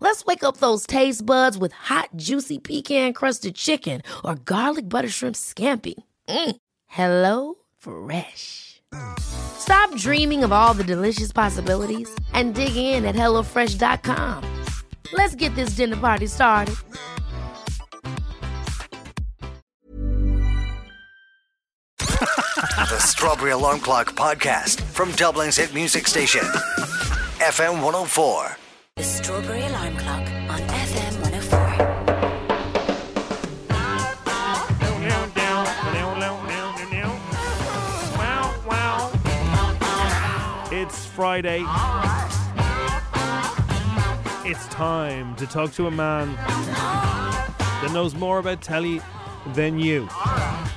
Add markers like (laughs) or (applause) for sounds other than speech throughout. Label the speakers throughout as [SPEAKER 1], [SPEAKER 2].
[SPEAKER 1] Let's wake up those taste buds with hot, juicy pecan crusted chicken or garlic butter shrimp scampi. Mm. Hello Fresh. Stop dreaming of all the delicious possibilities and dig in at HelloFresh.com. Let's get this dinner party started.
[SPEAKER 2] The Strawberry Alarm Clock Podcast from Dublin's hit music station, FM 104.
[SPEAKER 3] The Strawberry Alarm Clock on FM 104.
[SPEAKER 4] It's Friday. It's time to talk to a man that knows more about telly than you.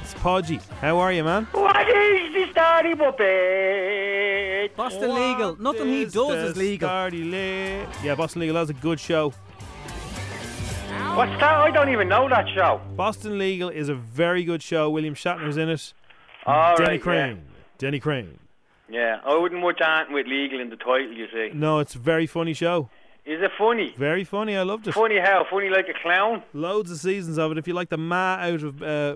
[SPEAKER 4] It's Podgy. How are you, man?
[SPEAKER 5] What is the story, Bobby?
[SPEAKER 6] Boston Legal. Nothing he
[SPEAKER 4] This
[SPEAKER 6] does is
[SPEAKER 4] the
[SPEAKER 6] legal.
[SPEAKER 4] Stardy Li- Yeah, Boston Legal. That was a good show.
[SPEAKER 5] What's that? I don't even know that show.
[SPEAKER 4] Boston Legal is a very good show. William Shatner's in it.
[SPEAKER 5] All
[SPEAKER 4] Denny
[SPEAKER 5] right,
[SPEAKER 4] Crane. Denny Crane.
[SPEAKER 5] Yeah. yeah, I wouldn't watch anything with legal in the title, you see.
[SPEAKER 4] No, it's a very funny show.
[SPEAKER 5] Is it funny?
[SPEAKER 4] Very funny. I loved it.
[SPEAKER 5] Funny how? Funny like a clown?
[SPEAKER 4] Loads of seasons of it. If you like the ma out of uh,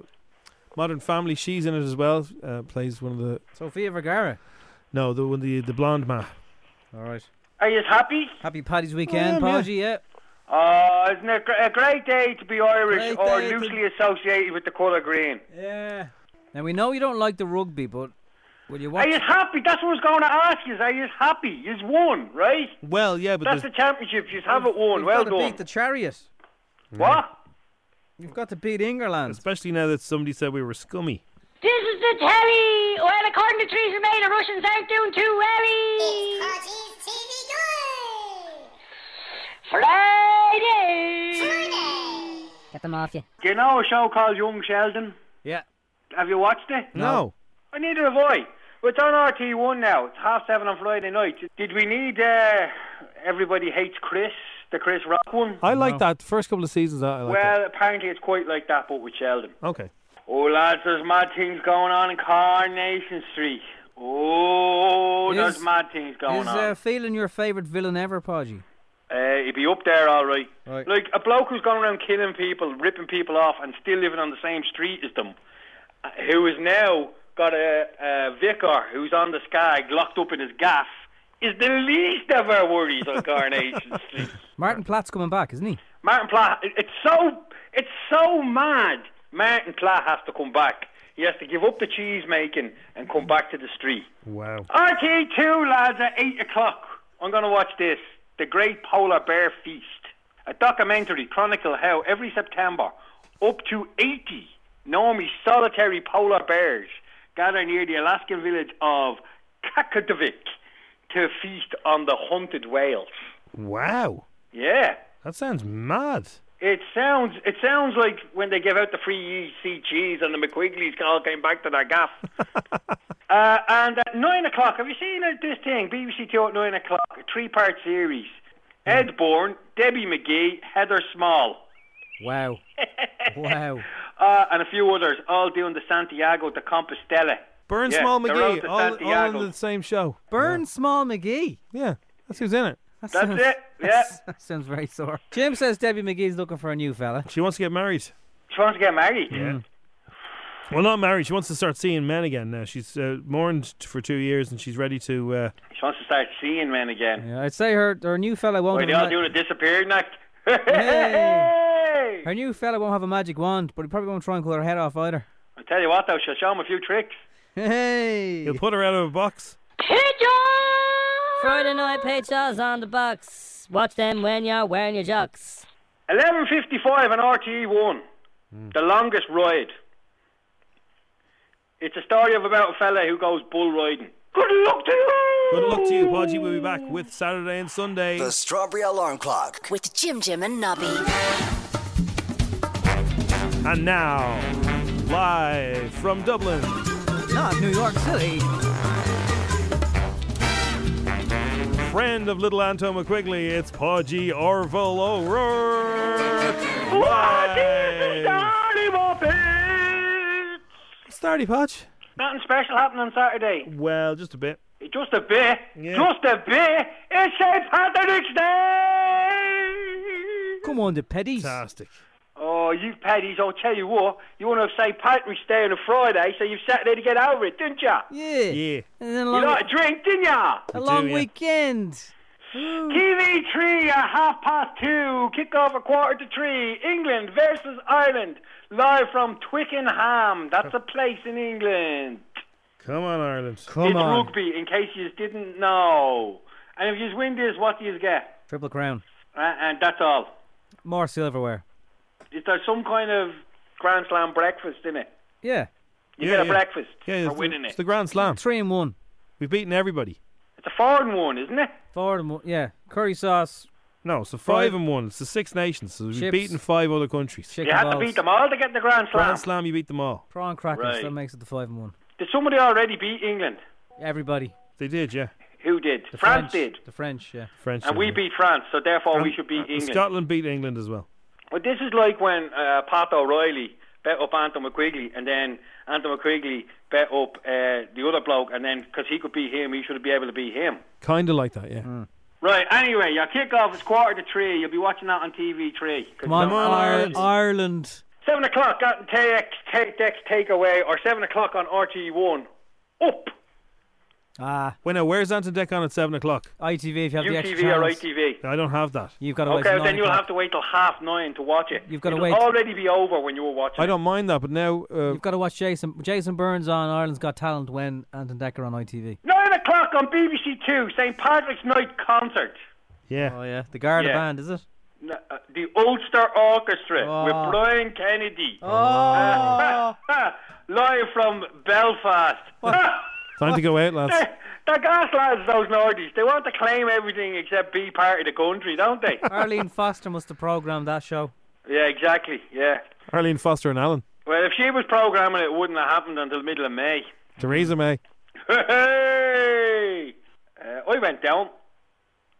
[SPEAKER 4] Modern Family, she's in it as well. Uh, plays one of the
[SPEAKER 6] Sophia Vergara.
[SPEAKER 4] no, the one the the blonde ma.
[SPEAKER 6] All right.
[SPEAKER 5] Are you happy?
[SPEAKER 6] Happy Paddy's weekend,
[SPEAKER 4] I am, Oh, yeah.
[SPEAKER 6] Podgy. Yeah.
[SPEAKER 5] Oh, isn't it gr- a great day to be Irish
[SPEAKER 6] Great
[SPEAKER 5] or
[SPEAKER 6] day to-
[SPEAKER 5] loosely associated with the colour green?
[SPEAKER 6] Yeah. Now we know you don't like the rugby, but will you watch?
[SPEAKER 5] Are you happy? That's what I was going to ask you. Are you happy? You's won, right?
[SPEAKER 4] Well, yeah, but
[SPEAKER 5] That's the
[SPEAKER 4] there's-
[SPEAKER 5] championship. You's have it won.
[SPEAKER 6] You've
[SPEAKER 5] well
[SPEAKER 6] got to
[SPEAKER 5] done.
[SPEAKER 6] beat the chariot.
[SPEAKER 5] What?
[SPEAKER 6] You've got to beat
[SPEAKER 4] (laughs)
[SPEAKER 6] England.
[SPEAKER 4] especially now that somebody said we were scummy.
[SPEAKER 7] This is the telly. Well, according to Theresa May, the Russians aren't doing too well. Friday.
[SPEAKER 8] Get them off you.
[SPEAKER 5] Do you know a show called Young Sheldon?
[SPEAKER 6] Yeah.
[SPEAKER 5] Have you watched it?
[SPEAKER 4] No.
[SPEAKER 5] Oh, neither have I. Well, It's on RT1 now. It's half seven on Friday night. Did we need uh, Everybody Hates Chris, the Chris Rock one?
[SPEAKER 4] I like that. First couple of seasons, I I like
[SPEAKER 5] well, apparently it's quite like that, but with Sheldon.
[SPEAKER 4] that. Okay.
[SPEAKER 5] Oh, lads, there's mad things going on in Carnation Street. Oh,
[SPEAKER 6] Is-
[SPEAKER 5] there's mad things going
[SPEAKER 6] Is
[SPEAKER 5] on.
[SPEAKER 6] uh, feeling your favourite villain ever, Podgy?
[SPEAKER 5] Uh, he'd be up there, all right.
[SPEAKER 6] Right.
[SPEAKER 5] Like a bloke who's gone around killing people, ripping people off, and still living on the same street as them, uh, who has now got a, a vicar who's on the skag, locked up in his gaff, is the least of our worries on
[SPEAKER 4] (laughs)
[SPEAKER 5] Coronation (laughs) Street.
[SPEAKER 6] Martin Platt's coming back, isn't he?
[SPEAKER 5] Martin Platt, it- it's so it's so mad. Martin Platt has to come back. He has to give up the cheese making and come back to the street.
[SPEAKER 4] Wow.
[SPEAKER 5] Ah! RT2, lads, at 8 o'clock. I'm going to watch this The Great Polar Bear Feast, a documentary chronicle how every September up to 80 normally solitary polar bears gather near the Alaskan village of Kakadovik to feast on the hunted whales.
[SPEAKER 4] Wow.
[SPEAKER 5] Yeah.
[SPEAKER 4] That sounds mad.
[SPEAKER 5] It sounds it sounds like when they give out the free EC cheese and the McQuigleys all came back to their
[SPEAKER 6] (laughs)
[SPEAKER 5] gaff. uh, and at nine o'clock, have you seen uh, this thing? BBC Two at nine o'clock, a three part series.
[SPEAKER 6] Hmm.
[SPEAKER 5] Ed Bourne, Debbie McGee, Heather Small, (laughs)
[SPEAKER 6] Wow. wow.
[SPEAKER 5] uh, and a few others, all doing the Santiago de Compostela.
[SPEAKER 4] Burn
[SPEAKER 5] Yeah,
[SPEAKER 4] Small
[SPEAKER 5] the road
[SPEAKER 4] McGee,
[SPEAKER 5] to
[SPEAKER 4] all, all
[SPEAKER 5] Santiago.
[SPEAKER 4] in the same show.
[SPEAKER 6] Burn Small McGee. (laughs)
[SPEAKER 4] Yeah, that's who's in it.
[SPEAKER 6] That
[SPEAKER 5] That's
[SPEAKER 6] sounds-
[SPEAKER 5] it. Yeah,
[SPEAKER 6] (laughs) That sounds very sore. Jim says Debbie McGee's looking for a new fella.
[SPEAKER 4] She wants to get married.
[SPEAKER 5] she wants to get married.
[SPEAKER 4] Well, not married. She wants to start seeing men again now. She's uh, mourned t- for two years and she's ready to. Uh,
[SPEAKER 5] She wants to start seeing men again.
[SPEAKER 6] Yeah, I'd say her her new fella won't.
[SPEAKER 5] Wait, they
[SPEAKER 6] have a
[SPEAKER 5] all
[SPEAKER 6] ma-
[SPEAKER 5] doing a disappearing act. (laughs)
[SPEAKER 6] Hey. her new fella won't have a magic wand, but he probably won't try and cut her head off either.
[SPEAKER 5] I tell you what, though, she'll show him a few tricks.
[SPEAKER 6] Hey.
[SPEAKER 4] he'll put her out of a box.
[SPEAKER 9] Friday night pictures on the box. Watch them when you're wearing your jocks.
[SPEAKER 5] 11.55 on RTE1. E
[SPEAKER 4] Hmm.
[SPEAKER 5] The Longest Ride. It's a story of about a fella who goes bull riding. Good luck to you!
[SPEAKER 4] Good luck to you, Podgy. We'll be back with Saturday and Sunday.
[SPEAKER 2] The Strawberry Alarm Clock.
[SPEAKER 3] With Jim Jim and Nobby.
[SPEAKER 4] And now, live from Dublin,
[SPEAKER 6] Not New York City.
[SPEAKER 4] friend of little Anto McQuigley, it's Podgy Orville O'Rourke. Live.
[SPEAKER 5] Starry Muppets!
[SPEAKER 4] Starty Podge.
[SPEAKER 5] Nothing special happened on Saturday.
[SPEAKER 4] Well, just a bit.
[SPEAKER 5] Just a bit.
[SPEAKER 4] Yeah.
[SPEAKER 5] Just a bit. It's St. Patrick's Day!
[SPEAKER 6] Come on, the petties.
[SPEAKER 4] Fantastic.
[SPEAKER 5] Oh, you paddies, I'll tell you what. You want to say Patrick's Day on a Friday, so you've sat there to get over it, didn't ya?
[SPEAKER 6] Yeah.
[SPEAKER 4] Yeah.
[SPEAKER 6] And then a
[SPEAKER 5] You
[SPEAKER 6] long,
[SPEAKER 5] like a drink, didn't ya?
[SPEAKER 6] a long
[SPEAKER 4] yeah.
[SPEAKER 6] weekend.
[SPEAKER 4] Mm.
[SPEAKER 5] TV three at half past two. Kick off a quarter to three. England versus Ireland. Live from Twickenham. That's a place in England.
[SPEAKER 4] Come on, Ireland.
[SPEAKER 6] Come
[SPEAKER 5] it's
[SPEAKER 6] on.
[SPEAKER 5] rugby, in case you didn't know. And if you win this, what do you get?
[SPEAKER 6] Triple crown.
[SPEAKER 5] Uh, and that's all.
[SPEAKER 6] More silverware.
[SPEAKER 5] Is there some kind of Grand Slam breakfast in it?
[SPEAKER 6] Yeah.
[SPEAKER 5] You
[SPEAKER 4] Yeah,
[SPEAKER 5] get a
[SPEAKER 4] yeah.
[SPEAKER 5] breakfast
[SPEAKER 4] Yeah, it's
[SPEAKER 5] for
[SPEAKER 4] the,
[SPEAKER 5] winning
[SPEAKER 4] it's
[SPEAKER 5] it.
[SPEAKER 4] the Grand Slam.
[SPEAKER 6] Three and one.
[SPEAKER 4] We've beaten everybody.
[SPEAKER 5] It's a foreign one, isn't it?
[SPEAKER 6] Four and one. Yeah. Curry sauce.
[SPEAKER 4] No, so
[SPEAKER 6] Five.
[SPEAKER 4] five and one. It's the Six Nations. So we've
[SPEAKER 6] Chips.
[SPEAKER 4] beaten five other countries.
[SPEAKER 6] Chicken
[SPEAKER 5] You had to
[SPEAKER 6] balls.
[SPEAKER 5] beat them all to get the Grand Slam.
[SPEAKER 4] Grand Slam, you beat them all.
[SPEAKER 6] Prawn crackers.
[SPEAKER 5] Right.
[SPEAKER 6] That makes it the five and one.
[SPEAKER 5] Did somebody already beat England?
[SPEAKER 6] Everybody.
[SPEAKER 4] They did, yeah.
[SPEAKER 5] Who did?
[SPEAKER 6] The
[SPEAKER 5] France
[SPEAKER 6] French.
[SPEAKER 5] did.
[SPEAKER 6] The French. Yeah.
[SPEAKER 4] French.
[SPEAKER 5] And we
[SPEAKER 4] yeah.
[SPEAKER 5] beat France, so therefore we should beat
[SPEAKER 6] Uh,
[SPEAKER 4] And
[SPEAKER 5] England.
[SPEAKER 4] Scotland beat England as well.
[SPEAKER 5] Well, this is like when uh, Pat O'Reilly bet up Anthony McQuigley, and then Anthony McQuigley bet up uh, the other bloke, and then because he could beat him, he should be able to beat him.
[SPEAKER 4] Kind of like that, yeah.
[SPEAKER 5] Right, anyway, your kickoff is quarter to three. You'll be watching that on TV3.
[SPEAKER 6] Come on,
[SPEAKER 4] on, Ireland.
[SPEAKER 6] Ireland. Ireland.
[SPEAKER 5] Seven o'clock on TX, TX Takeaway, or seven o'clock on RT1. Up!
[SPEAKER 6] Ah,
[SPEAKER 4] Wait, now, where's Anton Deck on at 7 o'clock?
[SPEAKER 6] ITV. If you have the extra
[SPEAKER 5] UTV or
[SPEAKER 6] channels,
[SPEAKER 5] ITV.
[SPEAKER 4] I don't have that.
[SPEAKER 6] you've got to wait.
[SPEAKER 5] Okay,
[SPEAKER 6] till
[SPEAKER 5] then
[SPEAKER 6] nine
[SPEAKER 5] you'll
[SPEAKER 6] o'clock.
[SPEAKER 5] have to wait till half nine to watch it.
[SPEAKER 6] You've gotta
[SPEAKER 5] It'll
[SPEAKER 6] wait.
[SPEAKER 5] already be over when you were watching
[SPEAKER 4] I don't mind that, but now. Uh,
[SPEAKER 6] You've got to watch Jason Jason Burns on Ireland's Got Talent when Anton Decker on ITV.
[SPEAKER 5] it. Nine o'clock on BBC Two, St. Patrick's Night Concert.
[SPEAKER 4] yeah.
[SPEAKER 6] Oh yeah, the Garda
[SPEAKER 5] Yeah.
[SPEAKER 6] band is it?
[SPEAKER 5] N- uh, The Ulster Orchestra
[SPEAKER 6] Oh.
[SPEAKER 5] with Brian Kennedy.
[SPEAKER 6] Oh,
[SPEAKER 5] (laughs) Live from
[SPEAKER 6] (laughs)
[SPEAKER 5] Belfast.
[SPEAKER 4] Time to go out, lads.
[SPEAKER 5] (laughs) the gas lads, those Nordies, they want to claim everything except be part of the country, don't
[SPEAKER 6] (laughs)
[SPEAKER 5] they?
[SPEAKER 6] Arlene Foster must have programmed that show.
[SPEAKER 5] yeah, exactly, yeah.
[SPEAKER 4] Arlene Foster and Alan.
[SPEAKER 5] Well, if she was programming it, it wouldn't have happened until the middle of May.
[SPEAKER 4] Theresa May.
[SPEAKER 5] Hey! Uh, I went down.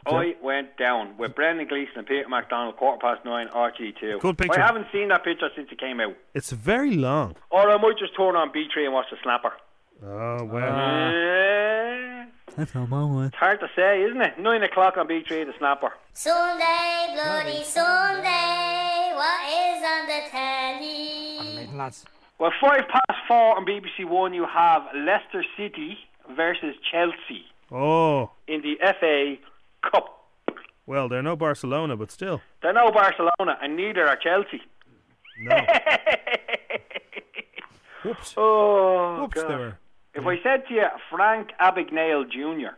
[SPEAKER 5] I went down with Brendan Gleeson and Peter MacDonald, quarter past nine, RG2.
[SPEAKER 4] Good picture.
[SPEAKER 5] I haven't seen that picture since it came out.
[SPEAKER 4] It's very long.
[SPEAKER 5] Or I might just turn on B3 and watch The Snapper.
[SPEAKER 4] Oh,
[SPEAKER 5] Ah.
[SPEAKER 4] well.
[SPEAKER 5] Eh,
[SPEAKER 6] That's not my one.
[SPEAKER 5] it's hard to say, isn't it? Nine o'clock on B3, The Snapper.
[SPEAKER 9] Sunday, bloody Sunday, what is on the telly?
[SPEAKER 6] Lads,
[SPEAKER 5] Well, five past four on BBC One, you have Leicester City versus Chelsea
[SPEAKER 4] oh,
[SPEAKER 5] in the FA Cup.
[SPEAKER 4] well, they're no Barcelona, but still.
[SPEAKER 5] They're no Barcelona, and neither are Chelsea. (laughs)
[SPEAKER 4] No. Whoops.
[SPEAKER 5] Oh,
[SPEAKER 4] Whoops,
[SPEAKER 5] God.
[SPEAKER 4] they were.
[SPEAKER 5] If I said to you Frank Abagnale Jr.,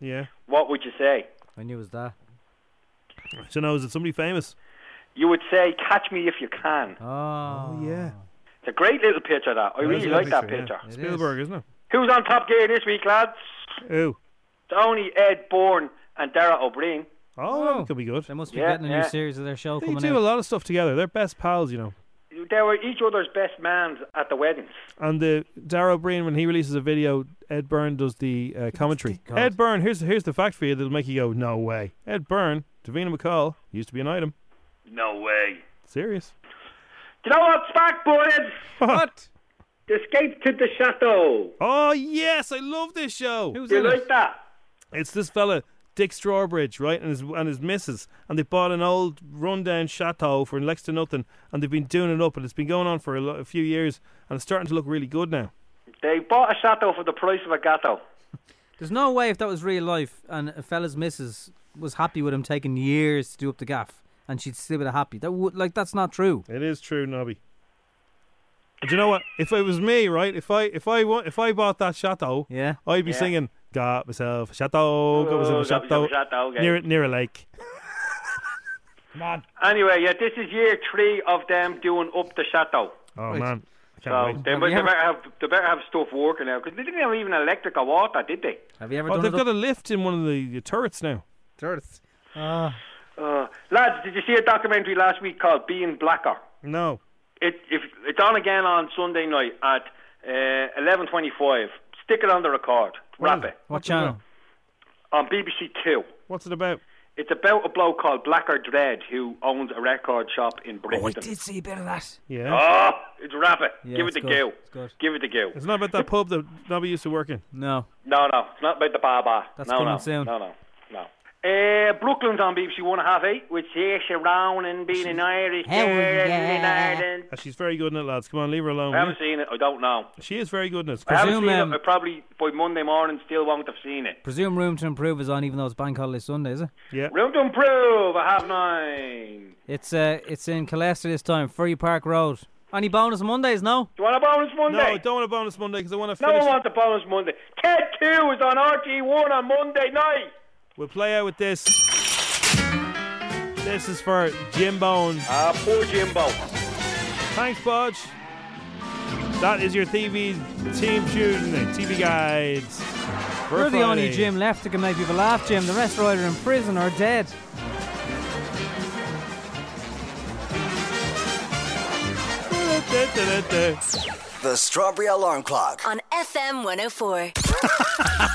[SPEAKER 4] Yeah.
[SPEAKER 5] what would you say?
[SPEAKER 6] I knew it was that.
[SPEAKER 4] So now, is it somebody famous?
[SPEAKER 5] You would say, "Catch me if you can."
[SPEAKER 6] Oh,
[SPEAKER 4] Yeah.
[SPEAKER 5] It's a great little picture that. I really like that picture.
[SPEAKER 6] It is.
[SPEAKER 4] Spielberg, is. not
[SPEAKER 5] Who's on Top Gear this week, lads?
[SPEAKER 4] it? Ooh.
[SPEAKER 5] It's only Ed Bourne and Dara O'Brien.
[SPEAKER 4] Oh,
[SPEAKER 6] Oh.
[SPEAKER 4] that could be good.
[SPEAKER 6] they must be
[SPEAKER 5] Yeah,
[SPEAKER 6] getting a new
[SPEAKER 5] yeah.
[SPEAKER 6] series of their show
[SPEAKER 4] They
[SPEAKER 6] coming
[SPEAKER 4] do
[SPEAKER 6] out.
[SPEAKER 4] a lot of stuff together. They're best pals, you know.
[SPEAKER 5] They were each other's best mans at the weddings.
[SPEAKER 4] And the Darrow Breen, when he releases a video, Ed Byrne does the uh, commentary.
[SPEAKER 6] God.
[SPEAKER 4] Ed Byrne, here's here's the fact for you that'll make you go, no way. Ed Byrne, Davina McCall, used to be an item.
[SPEAKER 5] No way.
[SPEAKER 4] Serious.
[SPEAKER 5] Do you know what's back, boys?
[SPEAKER 4] What?
[SPEAKER 5] The Escape to the Chateau.
[SPEAKER 4] Oh yes, I love this show.
[SPEAKER 6] Who's
[SPEAKER 5] Do you
[SPEAKER 6] in it?
[SPEAKER 5] like that?
[SPEAKER 4] It's this fella Dick Strawbridge, right, and his and his missus, and they bought an old rundown chateau for next to nothing, and they've been doing it up, and it's been going on for a, lo- a few years, and it's starting to look really good now.
[SPEAKER 5] They bought a chateau for the price of a gato.
[SPEAKER 6] There's no way if that was real life and a fella's missus was happy with him taking years to do up the gaff and she'd still be happy. That would like that's not true.
[SPEAKER 4] It is true, Nobby. Do you know what? If it was me, right? If I if I wa- if I bought that chateau,
[SPEAKER 6] Yeah.
[SPEAKER 4] I'd be singing "Got myself a chateau, got myself a
[SPEAKER 5] got
[SPEAKER 4] chateau,
[SPEAKER 5] myself a chateau, okay.
[SPEAKER 4] near near a lake."
[SPEAKER 5] Come on. Anyway, yeah, this is year three of them doing up the chateau.
[SPEAKER 4] Oh man, I can't
[SPEAKER 5] So
[SPEAKER 4] wait.
[SPEAKER 5] they, must- they better have they better have stuff working now because they didn't have even electric or water, did they?
[SPEAKER 6] Have you ever
[SPEAKER 4] oh,
[SPEAKER 6] done
[SPEAKER 4] they've
[SPEAKER 6] it
[SPEAKER 4] got
[SPEAKER 6] up
[SPEAKER 4] a lift in one of the, the turrets now.
[SPEAKER 6] Turrets.
[SPEAKER 5] Uh, lads, did you see a documentary last week called "Being Blacker"?
[SPEAKER 4] No.
[SPEAKER 5] It if it's on again on Sunday night at uh, eleven twenty-five. Stick it on the record. Wrap it
[SPEAKER 6] What channel?
[SPEAKER 5] on BBC Two.
[SPEAKER 4] What's it about?
[SPEAKER 5] It's about a bloke called Blacker Dread who owns a record shop in Brixton.
[SPEAKER 6] Oh, I did see a bit of that.
[SPEAKER 4] Yeah.
[SPEAKER 5] Oh, it's rapid.
[SPEAKER 6] Yeah,
[SPEAKER 5] Give it
[SPEAKER 6] it's
[SPEAKER 5] the
[SPEAKER 6] good.
[SPEAKER 5] go.
[SPEAKER 6] It's good.
[SPEAKER 5] Give it the go.
[SPEAKER 4] It's not about that pub that Nobby used to work in.
[SPEAKER 6] No.
[SPEAKER 5] No, no, it's not about the Baba.
[SPEAKER 6] That's
[SPEAKER 5] no,
[SPEAKER 6] coming
[SPEAKER 5] no,
[SPEAKER 6] soon.
[SPEAKER 5] No, no, no. Uh, Brooklyn's on BBC One and a Half Eight, which is Sharon and being an Irish girl
[SPEAKER 6] Hell
[SPEAKER 5] in
[SPEAKER 6] yeah.
[SPEAKER 5] Ireland.
[SPEAKER 4] Uh, She's very good in it, lads. Come on, leave her alone.
[SPEAKER 5] I
[SPEAKER 4] will you?
[SPEAKER 5] haven't seen it. I don't know.
[SPEAKER 4] She is very good in it.
[SPEAKER 5] I haven't
[SPEAKER 6] Presume,
[SPEAKER 5] seen
[SPEAKER 6] um,
[SPEAKER 5] it. I probably by Monday morning still won't have seen it.
[SPEAKER 6] Presume Room to Improve is on, even though it's Bank Holiday Sunday, is it?
[SPEAKER 4] Yeah.
[SPEAKER 5] Room to improve. I have nine.
[SPEAKER 6] It's uh, it's in Colester this time, Furry Park Road. Any bonus Mondays? No.
[SPEAKER 5] Do you want a bonus
[SPEAKER 4] No, I
[SPEAKER 5] Monday?
[SPEAKER 4] don't want a bonus Monday because I want to
[SPEAKER 5] No
[SPEAKER 4] finish.
[SPEAKER 5] one wants a bonus Monday. Ted Two is on RT One on Monday night.
[SPEAKER 4] We'll play out with this. This is for Jim Bone.
[SPEAKER 5] Ah, poor Jimbo.
[SPEAKER 4] Thanks, Budge. That is your TV team shooting, TV guides. for
[SPEAKER 6] You're the only
[SPEAKER 4] Friday.
[SPEAKER 6] Jim left that can make people laugh, Jim. The rest are either in prison or dead.
[SPEAKER 2] The Strawberry Alarm Clock.
[SPEAKER 3] On FM 104.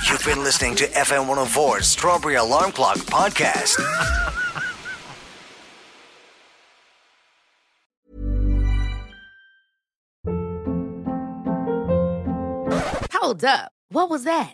[SPEAKER 2] You've been listening to FM 104's Strawberry Alarm Clock podcast.
[SPEAKER 1] Hold up. What was that?